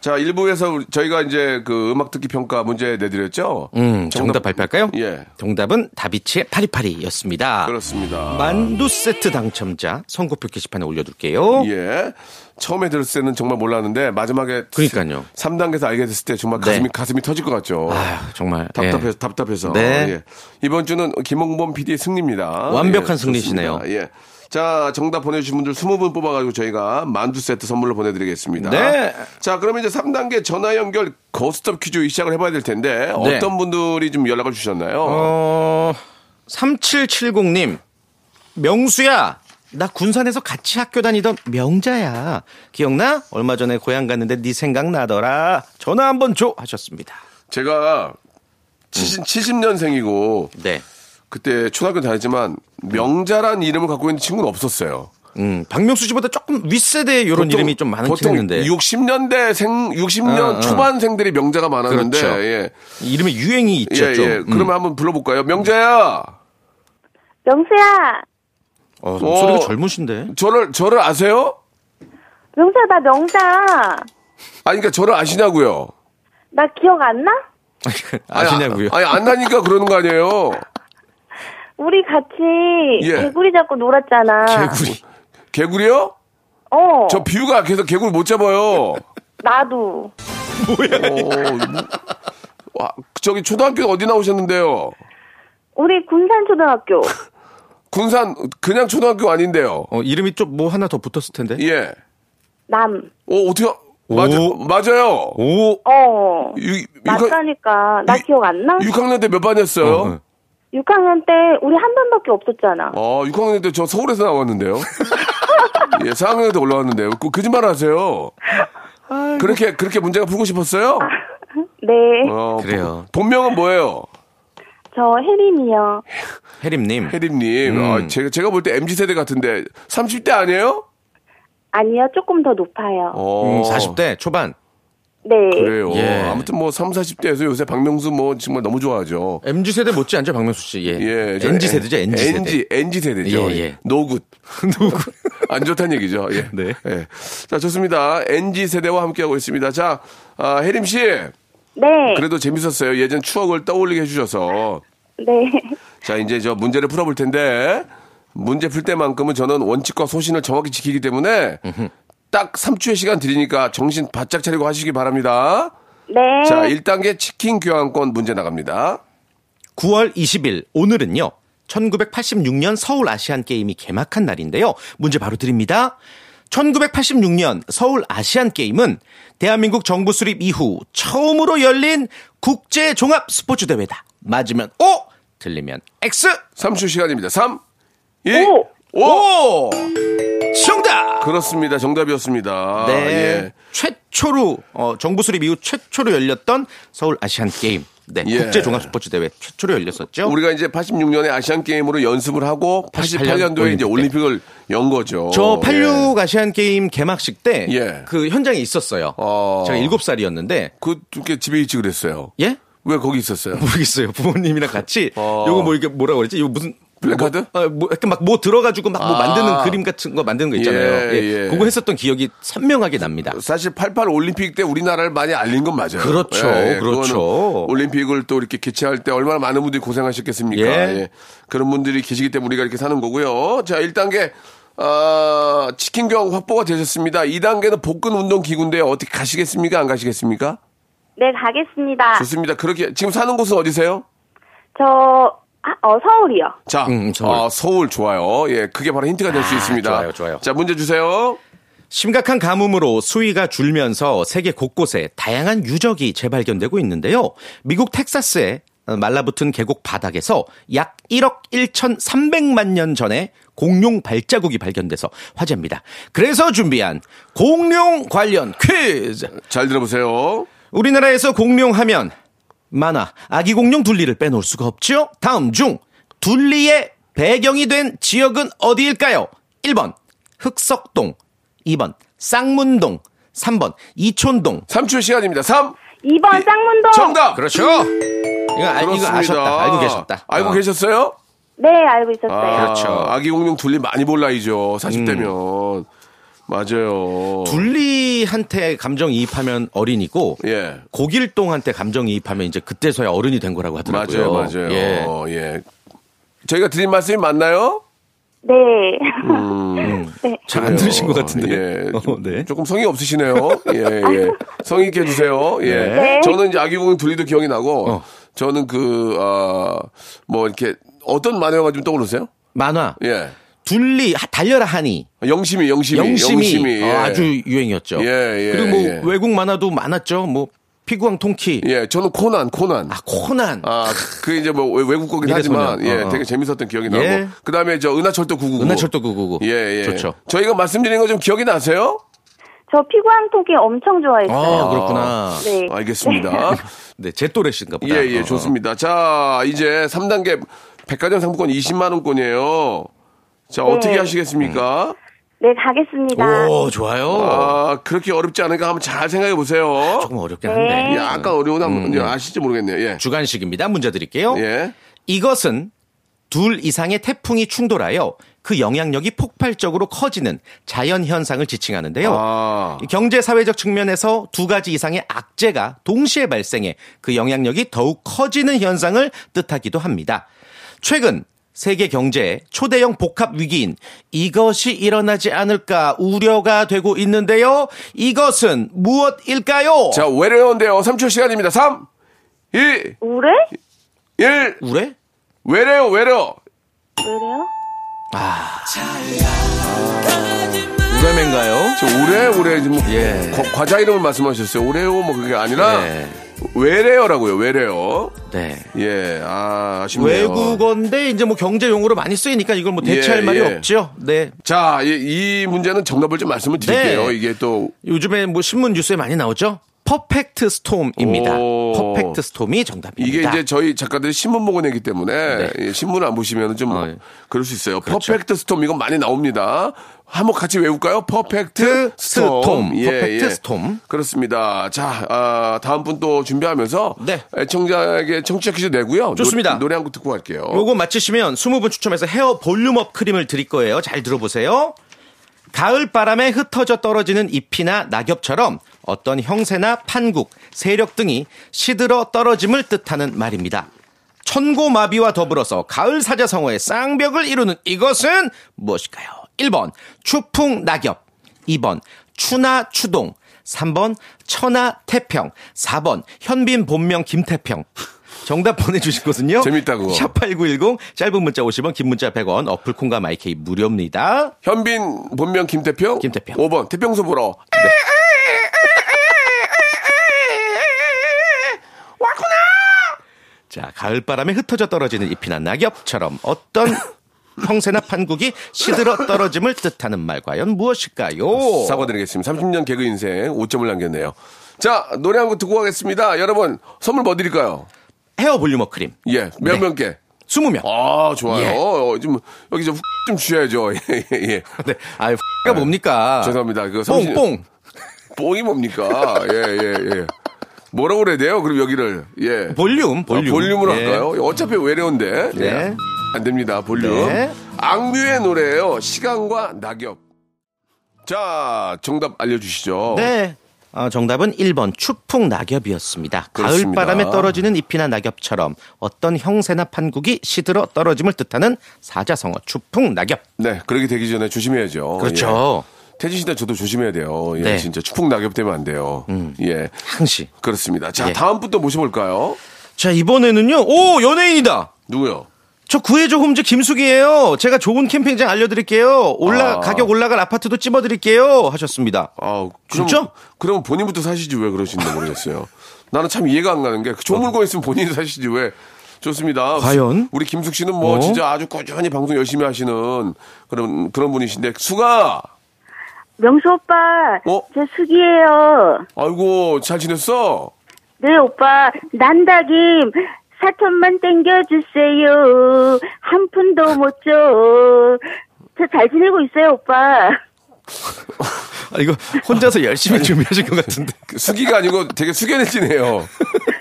[SPEAKER 1] 자, 1부에서 저희가 이제 그 음악 듣기 평가 문제 내드렸죠?
[SPEAKER 5] 음, 정답, 발표할까요?
[SPEAKER 1] 예.
[SPEAKER 5] 정답은 다비치의 파리파리였습니다.
[SPEAKER 1] 그렇습니다.
[SPEAKER 5] 만두 세트 당첨자 선고표 게시판에 올려둘게요.
[SPEAKER 1] 예. 처음에 들었을 때는 정말 몰랐는데 마지막에
[SPEAKER 5] 그러니까요.
[SPEAKER 1] 3단계에서 알게 됐을 때 정말 가슴이
[SPEAKER 5] 네.
[SPEAKER 1] 가슴이 터질 것 같죠.
[SPEAKER 5] 아 정말
[SPEAKER 1] 답답해서
[SPEAKER 5] 예.
[SPEAKER 1] 답답해서.
[SPEAKER 5] 네.
[SPEAKER 1] 예. 이번 주는 김홍범 PD의 승리입니다.
[SPEAKER 5] 완벽한
[SPEAKER 1] 예, 좋습니다.
[SPEAKER 5] 승리시네요.
[SPEAKER 1] 예. 자, 정답 보내주신 분들 20분 뽑아가지고 저희가 만두 세트 선물로 보내드리겠습니다.
[SPEAKER 5] 네.
[SPEAKER 1] 자, 그러면 이제 3단계 전화 연결 거스톱 퀴즈 시작을 해봐야 될 텐데
[SPEAKER 5] 네.
[SPEAKER 1] 어떤 분들이 좀 연락을 주셨나요?
[SPEAKER 5] 어 3770님 명수야 나 군산에서 같이 학교 다니던 명자야 기억나? 얼마 전에 고향 갔는데 네 생각 나더라 전화 한번 줘 하셨습니다.
[SPEAKER 1] 제가 70, 70년생이고
[SPEAKER 5] 네.
[SPEAKER 1] 그때 초등학교 다녔지만 명자란 이름을 갖고 있는 친구는 없었어요.
[SPEAKER 5] 음, 박명수 씨보다 조금 윗세대에 이런
[SPEAKER 1] 보통-
[SPEAKER 5] 이름이 좀 많긴
[SPEAKER 1] 보통
[SPEAKER 5] 했는데.
[SPEAKER 1] 60년대 생 60년
[SPEAKER 5] 아, 아.
[SPEAKER 1] 초반생들이 명자가 많았는데
[SPEAKER 5] 그렇죠.
[SPEAKER 1] 예.
[SPEAKER 5] 이름에 유행이
[SPEAKER 1] 예,
[SPEAKER 5] 있죠,
[SPEAKER 1] 예.
[SPEAKER 5] 좀. 음.
[SPEAKER 1] 그러면 한번 불러볼까요? 명자야!
[SPEAKER 8] 명수야,
[SPEAKER 5] 어,
[SPEAKER 1] 어.
[SPEAKER 5] 목소리가 젊으신데.
[SPEAKER 1] 저를, 저를 아세요?
[SPEAKER 8] 명수야 나 명자.
[SPEAKER 1] 아니, 그러니까 저를 아시냐고요.
[SPEAKER 8] 나 기억 안 나?
[SPEAKER 1] 아니,
[SPEAKER 5] 아시냐고요?
[SPEAKER 1] 아니, 안 나니까 그러는 거 아니에요.
[SPEAKER 8] 우리 같이
[SPEAKER 1] 예.
[SPEAKER 8] 개구리 잡고 놀았잖아.
[SPEAKER 1] 개구리. 개구리요?
[SPEAKER 8] 어.
[SPEAKER 1] 저 비유가 계속 개구리 못 잡아요.
[SPEAKER 8] 나도.
[SPEAKER 1] 어, 뭐- 와, 저기 초등학교 어디 나오셨는데요?
[SPEAKER 8] 우리 군산초등학교.
[SPEAKER 1] 군산 그냥 초등학교 아닌데요.
[SPEAKER 5] 어, 이름이 좀 뭐 하나 더 붙었을 텐데.
[SPEAKER 1] 예.
[SPEAKER 8] 남.
[SPEAKER 1] 어 어떻게 맞아
[SPEAKER 5] 오.
[SPEAKER 1] 맞아요.
[SPEAKER 5] 오.
[SPEAKER 8] 어.
[SPEAKER 1] 육-
[SPEAKER 8] 맞다니까. 나
[SPEAKER 1] 육-
[SPEAKER 8] 기억 안 나?
[SPEAKER 1] 육학, 학년 때 몇 반이었어요?
[SPEAKER 5] 어.
[SPEAKER 8] 6학년 때 우리 한 번밖에 없었잖아.
[SPEAKER 1] 어, 육학년 때 저 서울에서 나왔는데요. 예, 4학년 때 올라왔는데요. 그, 거짓말 하세요. 그렇게 그렇게 문제가 풀고 싶었어요?
[SPEAKER 8] 네.
[SPEAKER 1] 어,
[SPEAKER 5] 그래요.
[SPEAKER 1] 본- 본명은 뭐예요?
[SPEAKER 8] 저 혜림이요.
[SPEAKER 5] 해림님.
[SPEAKER 1] 혜림님.
[SPEAKER 5] 음.
[SPEAKER 1] 아, 제가 제가 볼 때 mz 세대 같은데 30대 아니에요?
[SPEAKER 8] 아니요, 조금 더 높아요.
[SPEAKER 1] 어,
[SPEAKER 5] 음, 40대 초반.
[SPEAKER 8] 네.
[SPEAKER 1] 그래요.
[SPEAKER 5] 예.
[SPEAKER 1] 아무튼 뭐 3, 40대에서 요새 박명수 뭐 정말 너무 좋아하죠.
[SPEAKER 5] MZ 세대 못지 않죠, 박명수 씨. 예.
[SPEAKER 1] 예, 저
[SPEAKER 5] NG 세대죠, NG 세대.
[SPEAKER 1] NG, NG 세대죠.
[SPEAKER 5] 예, 예.
[SPEAKER 1] 노굿.
[SPEAKER 5] 누구?
[SPEAKER 1] 안 좋다는 얘기죠. 예.
[SPEAKER 5] 네.
[SPEAKER 1] 예. 자, 좋습니다. NG 세대와 함께하고 있습니다. 자, 아, 혜림 씨.
[SPEAKER 8] 네.
[SPEAKER 1] 그래도 재밌었어요. 예전 추억을 떠올리게 해주셔서.
[SPEAKER 8] 네.
[SPEAKER 1] 자, 이제 저 문제를 풀어볼 텐데, 문제 풀 때만큼은 저는 원칙과 소신을 정확히 지키기 때문에 딱 3주의 시간 드리니까 정신 바짝 차리고 하시기 바랍니다.
[SPEAKER 8] 네.
[SPEAKER 1] 자, 1단계 치킨 교환권 문제 나갑니다.
[SPEAKER 5] 9월 20일 오늘은요. 1986년 서울 아시안 게임이 개막한 날인데요. 문제 바로 드립니다. 1986년 서울 아시안 게임은 대한민국 정부 수립 이후 처음으로 열린 국제 종합 스포츠 대회다. 맞으면 O, 틀리면 X.
[SPEAKER 1] 3주 시간입니다. 3, 2,
[SPEAKER 8] 오!
[SPEAKER 1] 5.
[SPEAKER 5] 오! 정답.
[SPEAKER 1] 그렇습니다. 정답이었습니다.
[SPEAKER 5] 네.
[SPEAKER 1] 예.
[SPEAKER 5] 최초로 어, 정부 수립 이후 최초로 열렸던 서울 아시안 게임. 네.
[SPEAKER 1] 예.
[SPEAKER 5] 국제 종합 스포츠 대회 최초로 열렸었죠.
[SPEAKER 1] 우리가 이제 86년에 아시안 게임으로 연습을 하고 88년, 도에 이제
[SPEAKER 5] 올림픽 때.
[SPEAKER 1] 올림픽을 연 거죠.
[SPEAKER 5] 저
[SPEAKER 1] 예.
[SPEAKER 5] 86 아시안 게임 개막식 때 그
[SPEAKER 1] 예.
[SPEAKER 5] 현장에 있었어요.
[SPEAKER 1] 어.
[SPEAKER 5] 제가 7살이었는데
[SPEAKER 1] 그 어떻게 집에 있지 그랬어요.
[SPEAKER 5] 예?
[SPEAKER 1] 왜 거기 있었어요?
[SPEAKER 5] 모르겠어요. 부모님이랑 같이
[SPEAKER 1] 어.
[SPEAKER 5] 요거 뭐 이렇게 뭐라 그랬지? 요 무슨
[SPEAKER 1] 블랙카드?
[SPEAKER 5] 뭐, 어, 뭐 약간 막 뭐 들어가지고 막 뭐
[SPEAKER 1] 아.
[SPEAKER 5] 만드는 그림 같은 거 만드는 거 있잖아요.
[SPEAKER 1] 예,
[SPEAKER 5] 예.
[SPEAKER 1] 예.
[SPEAKER 5] 그거 했었던 기억이 선명하게 납니다.
[SPEAKER 1] 사실 88 올림픽 때 우리나라를 많이 알린 건 맞아요. 예,
[SPEAKER 5] 그렇죠. 그렇죠.
[SPEAKER 1] 그거는 올림픽을 또 이렇게 개최할 때 얼마나 많은 분들이 고생하셨겠습니까?
[SPEAKER 5] 예.
[SPEAKER 1] 예. 그런 분들이 계시기 때문에 우리가 이렇게 사는 거고요. 자, 1단계 아, 치킨 경 확보가 되셨습니다. 2단계는 복근 운동 기구인데 어떻게 가시겠습니까? 안 가시겠습니까?
[SPEAKER 8] 네, 가겠습니다.
[SPEAKER 1] 좋습니다. 그렇게 지금 사는 곳은 어디세요?
[SPEAKER 8] 저, 아, 어, 서울이요.
[SPEAKER 1] 자,
[SPEAKER 5] 음, 서울.
[SPEAKER 1] 아, 서울 좋아요. 예, 그게 바로 힌트가 될 수 있습니다.
[SPEAKER 5] 좋아요, 좋아요.
[SPEAKER 1] 자, 문제 주세요.
[SPEAKER 5] 심각한 가뭄으로 수위가 줄면서 세계 곳곳에 다양한 유적이 재발견되고 있는데요. 미국 텍사스의 말라붙은 계곡 바닥에서 약 1억 1,300만 년 전에 공룡 발자국이 발견돼서 화제입니다. 그래서 준비한 공룡 관련 퀴즈.
[SPEAKER 1] 잘 들어보세요.
[SPEAKER 5] 우리나라에서 공룡하면 만화 아기 공룡 둘리를 빼놓을 수가 없죠. 다음 중 둘리의 배경이 된 지역은 어디일까요? 1번 흑석동, 2번 쌍문동, 3번 이촌동.
[SPEAKER 1] 3초 시간입니다. 3.
[SPEAKER 8] 2번 쌍문동.
[SPEAKER 1] 예, 정답.
[SPEAKER 5] 그렇죠. 이거, 알, 이거
[SPEAKER 1] 그렇습니다.
[SPEAKER 5] 아셨다. 알고 계셨다.
[SPEAKER 1] 알고
[SPEAKER 5] 어.
[SPEAKER 1] 계셨어요?
[SPEAKER 8] 네, 알고 있었어요.
[SPEAKER 1] 아,
[SPEAKER 5] 그렇죠. 음.
[SPEAKER 1] 아기 공룡 둘리 많이 볼 나이죠. 40대면. 맞아요.
[SPEAKER 5] 둘리한테 감정이입하면 어린이고
[SPEAKER 1] 예.
[SPEAKER 5] 고길동한테 감정이입하면 이제 그때서야 어른이 된 거라고
[SPEAKER 1] 맞아요,
[SPEAKER 5] 하더라고요.
[SPEAKER 1] 맞아요.
[SPEAKER 5] 예.
[SPEAKER 1] 어, 예. 저희가 드린 말씀이 맞나요?
[SPEAKER 8] 네.
[SPEAKER 1] 음.
[SPEAKER 5] 잘안 들으신 것
[SPEAKER 1] 그래요.
[SPEAKER 5] 같은데.
[SPEAKER 1] 예.
[SPEAKER 5] 어,
[SPEAKER 1] 좀-
[SPEAKER 5] 네.
[SPEAKER 1] 조금 성의 없으시네요. 예, 예. 성의 있게 해주세요. 예.
[SPEAKER 8] 네.
[SPEAKER 1] 저는 이제 아기공룡 둘리도 기억이 나고,
[SPEAKER 5] 어.
[SPEAKER 1] 저는 그, 아, 뭐, 이렇게, 어떤 만화가 좀 떠오르세요?
[SPEAKER 5] 만화
[SPEAKER 1] 예.
[SPEAKER 5] 둘리 하- 달려라 하니
[SPEAKER 1] 영심이, 영심이.
[SPEAKER 5] 영심이,
[SPEAKER 1] 예.
[SPEAKER 5] 어, 아주 유행이었죠.
[SPEAKER 1] 예, 예,
[SPEAKER 5] 그리고 뭐
[SPEAKER 1] 예.
[SPEAKER 5] 외국 만화도 많았죠. 뭐 피구왕 통키,
[SPEAKER 1] 예, 저는 코난, 코난.
[SPEAKER 5] 아 코난,
[SPEAKER 1] 아, 그 이제 뭐 외- 외국 거긴
[SPEAKER 5] 미래소년.
[SPEAKER 1] 하지만 예,
[SPEAKER 5] 어, 어.
[SPEAKER 1] 되게 재밌었던 기억이
[SPEAKER 5] 예.
[SPEAKER 1] 나고. 그다음에 저 은하철도 999.
[SPEAKER 5] 은하철도
[SPEAKER 1] 뭐.
[SPEAKER 5] 999.
[SPEAKER 1] 예, 예.
[SPEAKER 5] 좋죠.
[SPEAKER 1] 저희가 말씀드린 거 좀 기억이 나세요?
[SPEAKER 8] 저 피구왕톡이 엄청 좋아했어요.
[SPEAKER 5] 아, 그렇구나.
[SPEAKER 8] 네.
[SPEAKER 1] 알겠습니다.
[SPEAKER 5] 네, 제 또래신가 보다.
[SPEAKER 1] 예, 예,
[SPEAKER 5] 어.
[SPEAKER 1] 좋습니다. 자, 이제 3단계 백화점 상품권 20만원권이에요. 자,
[SPEAKER 8] 네.
[SPEAKER 1] 어떻게
[SPEAKER 5] 음.
[SPEAKER 1] 하시겠습니까?
[SPEAKER 8] 네, 가겠습니다.
[SPEAKER 5] 어, 오, 좋아요.
[SPEAKER 1] 아, 그렇게 어렵지 않으니까 한번 잘 생각해 보세요.
[SPEAKER 5] 조금 어렵긴
[SPEAKER 8] 네.
[SPEAKER 5] 한데.
[SPEAKER 1] 예, 아까 어려운 한 음. 아실지 모르겠네요. 예.
[SPEAKER 5] 주간식입니다. 문제 드릴게요.
[SPEAKER 1] 예.
[SPEAKER 5] 이것은 둘 이상의 태풍이 충돌하여 그 영향력이 폭발적으로 커지는 자연 현상을 지칭하는데요.
[SPEAKER 1] 아.
[SPEAKER 5] 어. 이 경제 사회적 측면에서 두 가지 이상의 악재가 동시에 발생해 그 영향력이 더욱 커지는 현상을 뜻하기도 합니다. 최근 세계 경제의 초대형 복합 위기인 이것이 일어나지 않을까 우려가 되고 있는데요. 이것은 무엇일까요?
[SPEAKER 1] 자, 외래어인데요. 3초 시간입니다. 3, 2,
[SPEAKER 8] 우레?
[SPEAKER 1] 1.
[SPEAKER 5] 우레?
[SPEAKER 1] 외래어, 외래어.
[SPEAKER 8] 왜래요?
[SPEAKER 5] 우레맨가요?
[SPEAKER 1] 저 오레, 오레, 지금 뭐
[SPEAKER 5] 예.
[SPEAKER 1] 거- 과자 이름을 말씀하셨어요. 오레오 뭐 그게 아니라
[SPEAKER 5] 네.
[SPEAKER 1] 외래어라고요, 외래어.
[SPEAKER 5] 네.
[SPEAKER 1] 예, 아, 아쉽네요.
[SPEAKER 5] 외국어인데 이제 뭐 경제 용어로 많이 쓰이니까 이걸 뭐 대체할
[SPEAKER 1] 예,
[SPEAKER 5] 말이
[SPEAKER 1] 예.
[SPEAKER 5] 없죠. 네.
[SPEAKER 1] 자, 이, 이 문제는 정답을 좀 말씀을 드릴게요.
[SPEAKER 5] 네.
[SPEAKER 1] 이게 또
[SPEAKER 5] 요즘에 뭐 신문 뉴스에 많이 나오죠. 퍼펙트 스톰입니다.
[SPEAKER 1] 오.
[SPEAKER 5] 퍼펙트 스톰이
[SPEAKER 1] 이게
[SPEAKER 5] 정답입니다.
[SPEAKER 1] 이제 저희 작가들이 신문 보고 내기 때문에
[SPEAKER 5] 네.
[SPEAKER 1] 예, 신문을 안 보시면 좀
[SPEAKER 5] 어, 예.
[SPEAKER 1] 그럴 수 있어요.
[SPEAKER 5] 그렇죠.
[SPEAKER 1] 퍼펙트 스톰 이건 많이 나옵니다. 한번 같이 외울까요? 퍼펙트
[SPEAKER 5] 퍼펙트
[SPEAKER 1] 스톰. 예,
[SPEAKER 5] 스톰. 퍼펙트 스톰.
[SPEAKER 1] 그렇습니다. 자, 아, 다음 분 또 준비하면서
[SPEAKER 5] 네.
[SPEAKER 1] 청자에게 청취자 퀴즈 내고요.
[SPEAKER 5] 좋습니다.
[SPEAKER 1] 노, 래 한 곡 듣고 갈게요.
[SPEAKER 5] 요거 맞히시면 20분 추첨해서 헤어 볼륨업 크림을 드릴 거예요. 잘 들어보세요. 가을 바람에 흩어져 떨어지는 잎이나 낙엽처럼 어떤 형세나 판국, 세력 등이 시들어 떨어짐을 뜻하는 말입니다. 천고마비와 더불어서 가을 사자성어의 쌍벽을 이루는 이것은 무엇일까요? 1번 추풍 낙엽, 2번 추나 추동, 3번 천하 태평, 4번 현빈 본명 김태평. 정답 보내주신 것은요.
[SPEAKER 1] 재밌다, 그거.
[SPEAKER 5] 샵8910 짧은 문자 50원 긴 문자 100원 어플 콩과 마이케이 무료입니다.
[SPEAKER 1] 현빈 본명 김태평.
[SPEAKER 5] 김태평.
[SPEAKER 1] 5번 태평소 보러.
[SPEAKER 5] 자, 가을바람에 흩어져 떨어지는 잎이나 낙엽처럼 어떤 형세나 판국이 시들어 떨어짐을 뜻하는 말 과연 무엇일까요?
[SPEAKER 1] 사과드리겠습니다. 30년 개그 인생 5점을 남겼네요. 자, 노래 한 곡 듣고 가겠습니다. 여러분, 선물 뭐 드릴까요?
[SPEAKER 5] 헤어 볼륨업 크림
[SPEAKER 1] 예, 몇
[SPEAKER 5] 네.
[SPEAKER 1] 명 개?
[SPEAKER 5] 20명.
[SPEAKER 1] 아, 좋아요.
[SPEAKER 5] 예.
[SPEAKER 1] 어, 좀, 여기 좀, 좀 주셔야죠. 예, 예, 예.
[SPEAKER 5] 네. 아유, 가 뭡니까?
[SPEAKER 1] 죄송합니다. 그 삼십-
[SPEAKER 5] 아. 뽕뽕.
[SPEAKER 1] 뽕이 뭡니까? 예, 예, 예. 뭐라고 그래야 돼요? 그럼 여기를. 예.
[SPEAKER 5] 볼륨, 볼륨.
[SPEAKER 1] 아, 볼륨으로
[SPEAKER 5] 네.
[SPEAKER 1] 할까요? 어차피 외래온데.
[SPEAKER 5] 네.
[SPEAKER 1] 예. 안 됩니다. 볼륨.
[SPEAKER 5] 네.
[SPEAKER 1] 악뮤의 노래예요. 시간과 낙엽. 자, 정답 알려주시죠.
[SPEAKER 5] 네. 어, 정답은 1번 추풍 낙엽이었습니다.
[SPEAKER 1] 그렇습니다.
[SPEAKER 5] 가을바람에 떨어지는 잎이나 낙엽처럼 어떤 형세나 판국이 시들어 떨어짐을 뜻하는 사자성어 추풍 낙엽.
[SPEAKER 1] 네, 그렇게 되기 전에 조심해야죠.
[SPEAKER 5] 그렇죠.
[SPEAKER 1] 예. 태진 씨나 저도 조심해야 돼요. 예,
[SPEAKER 5] 네.
[SPEAKER 1] 진짜 축풍 낙엽 되면 안 돼요. 예.
[SPEAKER 5] 항시.
[SPEAKER 1] 그렇습니다. 자,
[SPEAKER 5] 예.
[SPEAKER 1] 다음 분 또 모셔볼까요?
[SPEAKER 5] 자, 이번에는요. 오, 연예인이다.
[SPEAKER 1] 누구요?
[SPEAKER 5] 저 구해줘 홈즈 김숙이에요. 제가 좋은 캠핑장 알려드릴게요. 올라
[SPEAKER 1] 아.
[SPEAKER 5] 가격 올라갈 아파트도 찝어드릴게요. 하셨습니다.
[SPEAKER 1] 아,
[SPEAKER 5] 진짜?
[SPEAKER 1] 그럼 본인부터 사시지 왜 그러시는지 모르겠어요. 나는 참 이해가 안 가는 게 좋은 물건 있으면 본인이 사시지 왜. 좋습니다.
[SPEAKER 5] 과연?
[SPEAKER 1] 우리 김숙 씨는 뭐
[SPEAKER 5] 어?
[SPEAKER 1] 진짜 아주 꾸준히 방송 열심히 하시는 그런 그런 분이신데 수가
[SPEAKER 8] 명수 오빠,
[SPEAKER 1] 어?
[SPEAKER 8] 제 숙이에요.
[SPEAKER 1] 아이고 잘 지냈어?
[SPEAKER 8] 네, 오빠, 난다김. 사천만 땡겨주세요. 한 푼도 못 줘. 저 잘 지내고 있어요, 오빠.
[SPEAKER 5] 아, 이거 혼자서 열심히 준비하신 것 같은데.
[SPEAKER 1] 그 숙이가 아니고 되게 숙연해지네요.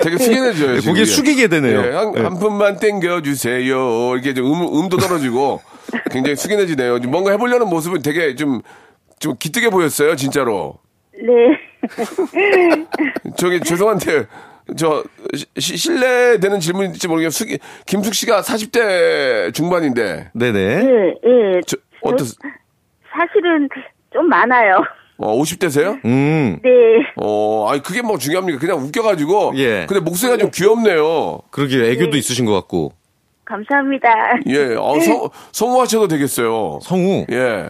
[SPEAKER 1] 되게 숙연해져요. 지금
[SPEAKER 5] 고개
[SPEAKER 1] 이게.
[SPEAKER 5] 네, 숙이게 되네요.
[SPEAKER 1] 예, 한, 한 푼만 땡겨주세요. 이렇게 좀 음, 음도 떨어지고 굉장히 숙연해지네요. 좀 뭔가 해보려는 모습은 되게 좀, 좀 기특해 보였어요. 진짜로.
[SPEAKER 8] 네.
[SPEAKER 1] 저기 죄송한데 저 시- 실례되는 질문인지 모르겠어요. 숙이- 김숙 씨가 40대 중반인데
[SPEAKER 5] 네네.
[SPEAKER 8] 예, 예.
[SPEAKER 1] 저, 어떠-
[SPEAKER 8] 사실은 좀 많아요.
[SPEAKER 1] 어, 50대세요?
[SPEAKER 5] 음,
[SPEAKER 8] 네.
[SPEAKER 1] 어, 아니 그게 뭐 중요합니까? 그냥 웃겨가지고.
[SPEAKER 5] 예.
[SPEAKER 1] 근데 목소리가 좀 귀엽네요.
[SPEAKER 5] 그러게요. 애교도 있으신 것 같고.
[SPEAKER 8] 감사합니다.
[SPEAKER 1] 예. 어, 성, 성우하셔도 되겠어요.
[SPEAKER 5] 성우.
[SPEAKER 1] 예.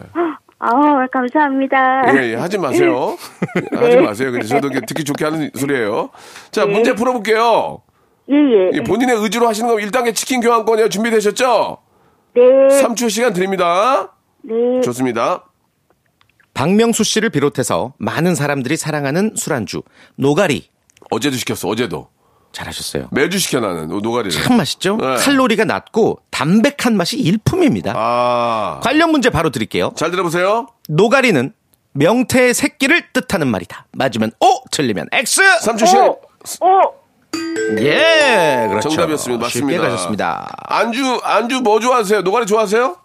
[SPEAKER 8] 아, 감사합니다.
[SPEAKER 1] 예, 예. 하지 마세요. 하지 마세요. 근데 저도 이렇게 듣기 좋게 하는 소리예요. 자, 문제 풀어볼게요.
[SPEAKER 8] 예, 예.
[SPEAKER 1] 이 본인의 의지로 하시는 거면 1단계 치킨 교환권이요. 준비되셨죠?
[SPEAKER 8] 네.
[SPEAKER 1] 3초 시간 드립니다.
[SPEAKER 8] 네.
[SPEAKER 1] 좋습니다.
[SPEAKER 5] 박명수 씨를 비롯해서 많은 사람들이 사랑하는 술안주 노가리
[SPEAKER 1] 어제도 시켰어, 어제도.
[SPEAKER 5] 잘하셨어요.
[SPEAKER 1] 매주 시켜, 나는, 노- 노가리를.
[SPEAKER 5] 참 맛있죠?
[SPEAKER 1] 네.
[SPEAKER 5] 칼로리가 낮고 담백한 맛이 일품입니다.
[SPEAKER 1] 아.
[SPEAKER 5] 관련 문제 바로 드릴게요.
[SPEAKER 1] 잘 들어보세요.
[SPEAKER 5] 노가리는 명태의 새끼를 뜻하는 말이다. 맞으면 O, 틀리면 X.
[SPEAKER 1] 삼초 시간.
[SPEAKER 8] 오!
[SPEAKER 5] 예, 그렇죠.
[SPEAKER 1] 정답이었습니다. 맞습니다.
[SPEAKER 5] 쉽게 가셨습니다.
[SPEAKER 1] 안주, 안주 뭐 좋아하세요? 노가리 좋아하세요?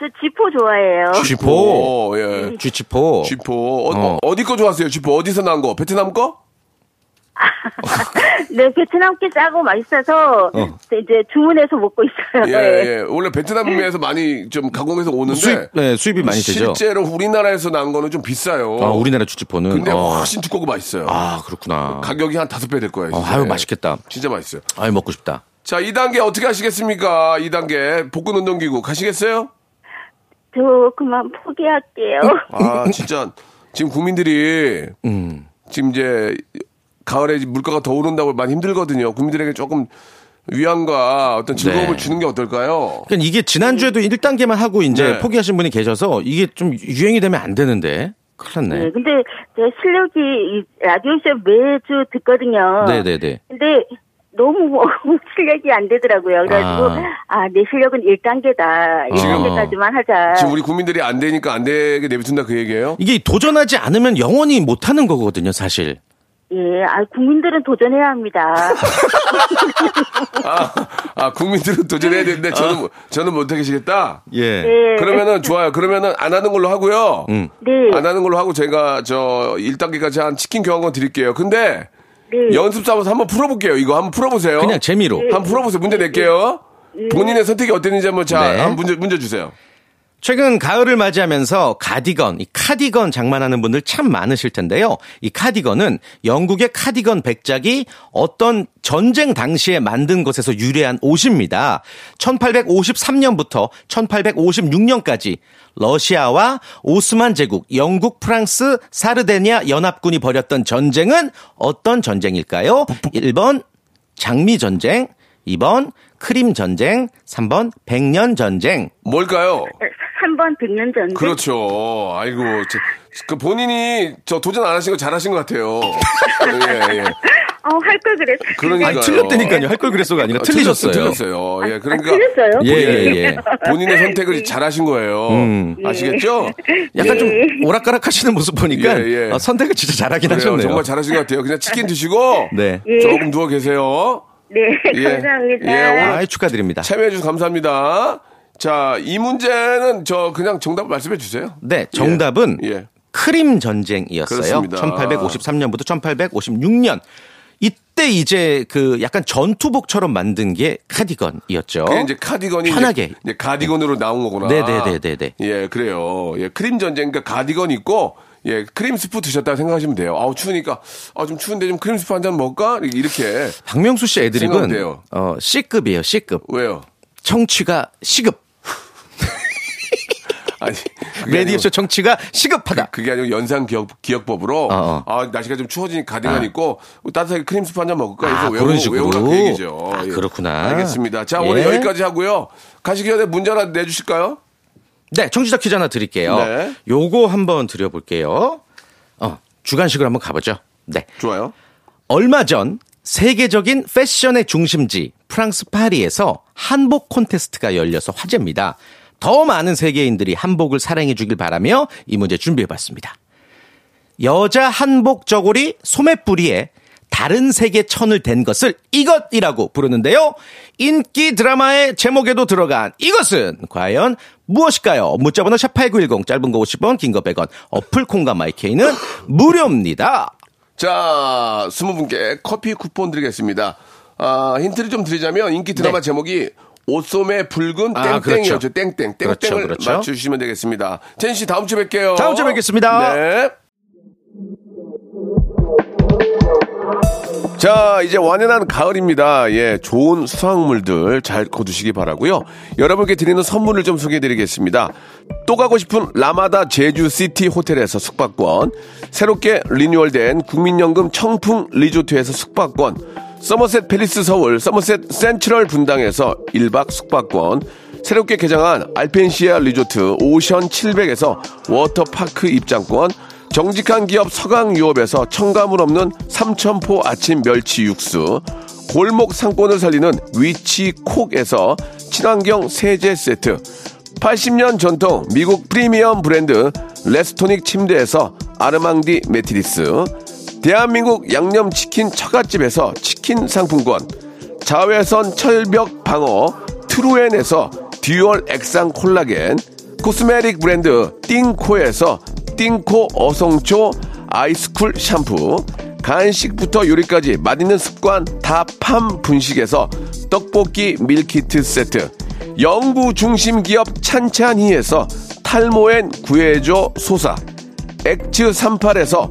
[SPEAKER 8] 저 지포 좋아해요.
[SPEAKER 5] 쥐포,
[SPEAKER 1] 오, 예.
[SPEAKER 5] 쥐치포.
[SPEAKER 1] 쥐포.
[SPEAKER 5] 어.
[SPEAKER 1] 어, 디거 좋아하세요? 쥐포. 어디서 난 거? 베트남 거?
[SPEAKER 8] 네, 베트남께 짜고 맛있어서 이제 주문해서 먹고 있어요.
[SPEAKER 1] 예,
[SPEAKER 8] 네.
[SPEAKER 1] 예. 원래 베트남에서 많이 좀 가공해서 오는데.
[SPEAKER 5] 수입, 네, 수입이 많이 되죠.
[SPEAKER 1] 실제로 우리나라에서 난 거는 좀 비싸요.
[SPEAKER 5] 아, 우리나라 쥐치포는.
[SPEAKER 1] 근데
[SPEAKER 5] 어.
[SPEAKER 1] 훨씬 두껍고 맛있어요.
[SPEAKER 5] 아, 그렇구나.
[SPEAKER 1] 가격이 한 다섯 배 될 거예요.
[SPEAKER 5] 어,
[SPEAKER 1] 진짜.
[SPEAKER 5] 아유,
[SPEAKER 1] 예.
[SPEAKER 5] 맛있겠다.
[SPEAKER 1] 진짜 맛있어요.
[SPEAKER 5] 아유, 먹고 싶다.
[SPEAKER 1] 자, 2단계 어떻게 하시겠습니까? 2단계. 복근 운동기구 가시겠어요?
[SPEAKER 8] 저 그만 포기할게요.
[SPEAKER 1] 아, 진짜. 지금 국민들이 지금 이제 가을에 이제 물가가 더 오른다고 많이 힘들거든요. 국민들에게 조금 위안과 어떤 즐거움을
[SPEAKER 5] 네.
[SPEAKER 1] 주는 게 어떨까요?
[SPEAKER 5] 그러니까 이게 지난주에도 1단계만 하고 이제
[SPEAKER 1] 네.
[SPEAKER 5] 포기하신 분이 계셔서 이게 좀 유행이 되면 안 되는데. 큰일
[SPEAKER 8] 네,
[SPEAKER 5] 났네.
[SPEAKER 8] 근데 제 실력이 이 라디오쇼 매주 듣거든요.
[SPEAKER 5] 네네네.
[SPEAKER 8] 근데 너무 뭐 실력이 안 되더라고요. 그래가지고
[SPEAKER 5] 아.
[SPEAKER 8] 아 내 실력은 1단계다.
[SPEAKER 1] 아. 지금-
[SPEAKER 8] 1단계까지만 하자.
[SPEAKER 1] 지금 우리 국민들이 안 되니까 안 되게 내비둔다 그 얘기예요?
[SPEAKER 5] 이게 도전하지 않으면 영원히 못하는 거거든요, 사실.
[SPEAKER 8] 예, 아 국민들은 도전해야 합니다.
[SPEAKER 1] 아, 아, 국민들은 도전해야 되는데 저는 뭐, 저는 못 하겠다.
[SPEAKER 5] 예.
[SPEAKER 8] 네.
[SPEAKER 1] 그러면은 좋아요. 그러면은 안 하는 걸로 하고요.
[SPEAKER 5] 음.
[SPEAKER 8] 네.
[SPEAKER 1] 안 하는 걸로 하고 제가 저 1단계까지 한 치킨 교환권 드릴게요. 근데
[SPEAKER 8] 네.
[SPEAKER 1] 연습 삼아서 한번 풀어볼게요. 이거 한번 풀어보세요. 네.
[SPEAKER 5] 그냥 재미로.
[SPEAKER 1] 한번 풀어보세요.
[SPEAKER 8] 네.
[SPEAKER 1] 문제 낼게요. 본인의 선택이 어땠는지 한번 자,
[SPEAKER 5] 네.
[SPEAKER 1] 한번 문제, 문제 주세요.
[SPEAKER 5] 최근 가을을 맞이하면서 가디건, 이 카디건 장만하는 분들 참 많으실 텐데요. 이 카디건은 영국의 카디건 백작이 어떤 전쟁 당시에 만든 것에서 유래한 옷입니다. 1853년부터 1856년까지 러시아와 오스만 제국, 영국, 프랑스, 사르데니아 연합군이 벌였던 전쟁은 어떤 전쟁일까요? 1번 장미 전쟁, 2번 크림 전쟁, 3번 백년 전쟁.
[SPEAKER 1] 뭘까요?
[SPEAKER 8] 한번 듣는 전쟁.
[SPEAKER 1] 그렇죠. 아이고, 저, 그 본인이 저 도전 안 하신 거 잘하신 것 같아요.
[SPEAKER 5] 네,
[SPEAKER 1] 예, 예.
[SPEAKER 8] 어, 할 걸 그랬어.
[SPEAKER 1] 그러니까요.
[SPEAKER 5] 아니, 틀렸다니까요. 할 걸 그랬어가 아니라 틀리셨어요.
[SPEAKER 1] 틀렸어요. 예, 그러니까.
[SPEAKER 8] 아, 틀렸어요? 네.
[SPEAKER 5] 예, 예, 예.
[SPEAKER 1] 본인의 선택을 잘하신 거예요. 아시겠죠?
[SPEAKER 5] 약간
[SPEAKER 1] 예.
[SPEAKER 5] 좀 오락가락 하시는 모습 보니까
[SPEAKER 1] 예, 예.
[SPEAKER 5] 어, 선택을 진짜 잘하긴
[SPEAKER 1] 그래요.
[SPEAKER 5] 하셨네요.
[SPEAKER 1] 정말 잘하신 것 같아요. 그냥 치킨 드시고
[SPEAKER 5] 네.
[SPEAKER 1] 조금 누워 계세요.
[SPEAKER 8] 네,
[SPEAKER 1] 예.
[SPEAKER 8] 감사합니다.
[SPEAKER 1] 예, 오늘
[SPEAKER 5] 아, 축하드립니다.
[SPEAKER 1] 참여해 주셔서 감사합니다. 자, 이 문제는 저 그냥 정답 말씀해 주세요.
[SPEAKER 5] 네, 정답은
[SPEAKER 1] 예. 예.
[SPEAKER 5] 크림 전쟁이었어요.
[SPEAKER 1] 그렇습니다.
[SPEAKER 5] 1853년부터 1856년. 이때 이제 그 약간 전투복처럼 만든 게 카디건이었죠.
[SPEAKER 1] 그게 이제 카디건이
[SPEAKER 5] 편하게.
[SPEAKER 1] 이제, 이제 가디건으로 나온 거구나.
[SPEAKER 5] 네네네네네.
[SPEAKER 1] 예, 그래요. 예, 크림 전쟁 그러니까 가디건 있고 예, 크림 스프 드셨다 생각하시면 돼요. 아우 추우니까 아 좀 추운데 좀 크림 스프 한 잔 먹을까? 이렇게
[SPEAKER 5] 박명수 씨 애드립은
[SPEAKER 1] 생각돼요.
[SPEAKER 5] 어, C급이에요, C급.
[SPEAKER 1] 왜요?
[SPEAKER 5] 청취가 C급.
[SPEAKER 1] 아니 그게 아니고-
[SPEAKER 5] 레디오쇼 청취가 시급하다.
[SPEAKER 1] 네, 그게 아니고 연상 기억, 기억법으로
[SPEAKER 5] 어, 어.
[SPEAKER 1] 아 날씨가 좀 추워지니 가디건
[SPEAKER 5] 아.
[SPEAKER 1] 입고 따뜻하게 크림 스프 한잔 먹을까 해서
[SPEAKER 5] 아,
[SPEAKER 1] 외우고
[SPEAKER 5] 그런 식으로.
[SPEAKER 1] 외우라 그 얘기죠.
[SPEAKER 5] 아, 그렇구나.
[SPEAKER 1] 알겠습니다. 자 오늘
[SPEAKER 5] 예.
[SPEAKER 1] 여기까지 하고요. 가시기 전에 문제 하나 내주실까요?
[SPEAKER 5] 네, 청취자 퀴즈 하나 드릴게요.
[SPEAKER 1] 네.
[SPEAKER 5] 요거 한번 드려볼게요. 어, 주간식으로 한번 가보죠. 네.
[SPEAKER 1] 좋아요.
[SPEAKER 5] 얼마 전 세계적인 패션의 중심지 프랑스 파리에서 한복 콘테스트가 열려서 화제입니다. 더 많은 세계인들이 한복을 사랑해 주길 바라며 이 문제 준비해 봤습니다. 여자 한복 저고리 소매뿌리에 다른 세계 천을 댄 것을 이것이라고 부르는데요. 인기 드라마의 제목에도 들어간 이것은 과연 무엇일까요? 문자번호 샵8910 짧은 거 50원 긴 거 100원 어플 콩과 마이케이는 무료입니다.
[SPEAKER 1] 자, 스무 분께 커피 쿠폰 드리겠습니다. 아, 힌트를 좀 드리자면 인기 드라마
[SPEAKER 5] 네.
[SPEAKER 1] 제목이 옷소매 붉은
[SPEAKER 5] 아,
[SPEAKER 1] 땡땡이었죠.
[SPEAKER 5] 그렇죠.
[SPEAKER 1] 땡땡. 땡땡을
[SPEAKER 5] 그렇죠, 그렇죠.
[SPEAKER 1] 맞추시면 되겠습니다. 젠 씨, 다음 주에 뵐게요.
[SPEAKER 5] 다음 주에 뵙겠습니다.
[SPEAKER 1] 네. 자, 이제 완연한 가을입니다. 예, 좋은 수확물들 잘 거두시기 바라고요. 여러분께 드리는 선물을 좀 소개해 드리겠습니다. 또 가고 싶은 라마다 제주시티 호텔에서 숙박권, 새롭게 리뉴얼된 국민연금 청풍 리조트에서 숙박권, 서머셋 페리스 서울, 서머셋 센트럴 분당에서 일박 숙박권, 새롭게 개장한 알펜시아 리조트 오션 700에서 워터파크 입장권, 정직한 기업 서강유업에서 청가물 없는 삼천포 아침 멸치 육수, 골목 상권을 살리는 위치콕에서 친환경 세제 세트, 80년 전통 미국 프리미엄 브랜드 레스토닉 침대에서 아르망디 매트리스, 대한민국 양념치킨 처갓집에서 치킨 상품권, 자외선 철벽 방어 트루엔에서 듀얼 액상 콜라겐 코스메릭 브랜드 띵코에서 띵코 어성초 아이스쿨 샴푸 간식부터 요리까지 맛있는 습관 다팜 분식에서 떡볶이 밀키트 세트 영구 중심 기업 찬찬히에서 탈모엔 구해줘 소사 엑츠 38에서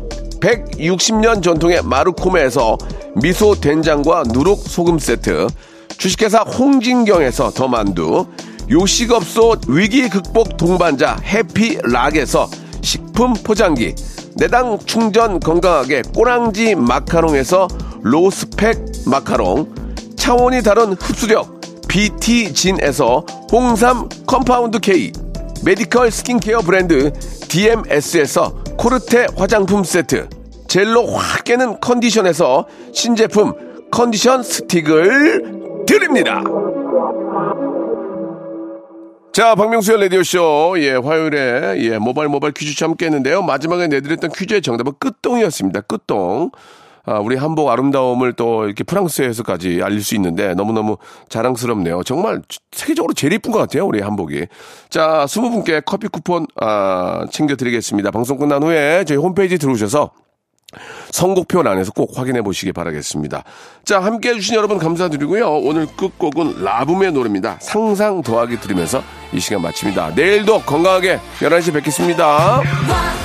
[SPEAKER 1] 160년 전통의 마루코메에서 미소 된장과 누룩 소금 세트, 주식회사 홍진경에서 더 만두, 요식업소 위기 극복 동반자 해피락에서 식품 포장기, 내당 충전 건강하게 꼬랑지 마카롱에서 로스펙 마카롱, 차원이 다른 흡수력 BT진에서 홍삼 컴파운드 K, 메디컬 스킨케어 브랜드 DMS에서 코르테 화장품 세트 젤로 확 깨는 컨디션에서 신제품 컨디션 스틱을 드립니다. 자, 박명수의 라디오쇼, 예, 화요일에, 예, 모발 모발 퀴즈 함께 했는데요. 마지막에 내드렸던 퀴즈의 정답은 끝동이었습니다. 끝동. 아, 우리 한복 아름다움을 또 이렇게 프랑스에서까지 알릴 수 있는데 너무너무 자랑스럽네요. 정말 세계적으로 제일 예쁜 것 같아요. 우리 한복이. 자, 20분께 커피 쿠폰, 아, 챙겨드리겠습니다. 방송 끝난 후에 저희 홈페이지 들어오셔서 선곡표 안에서 꼭 확인해 보시기 바라겠습니다. 자, 함께 해주신 여러분 감사드리고요. 오늘 끝곡은 라붐의 노래입니다. 상상 더하기 들으면서 이 시간 마칩니다. 내일도 건강하게 11시 뵙겠습니다.
[SPEAKER 9] One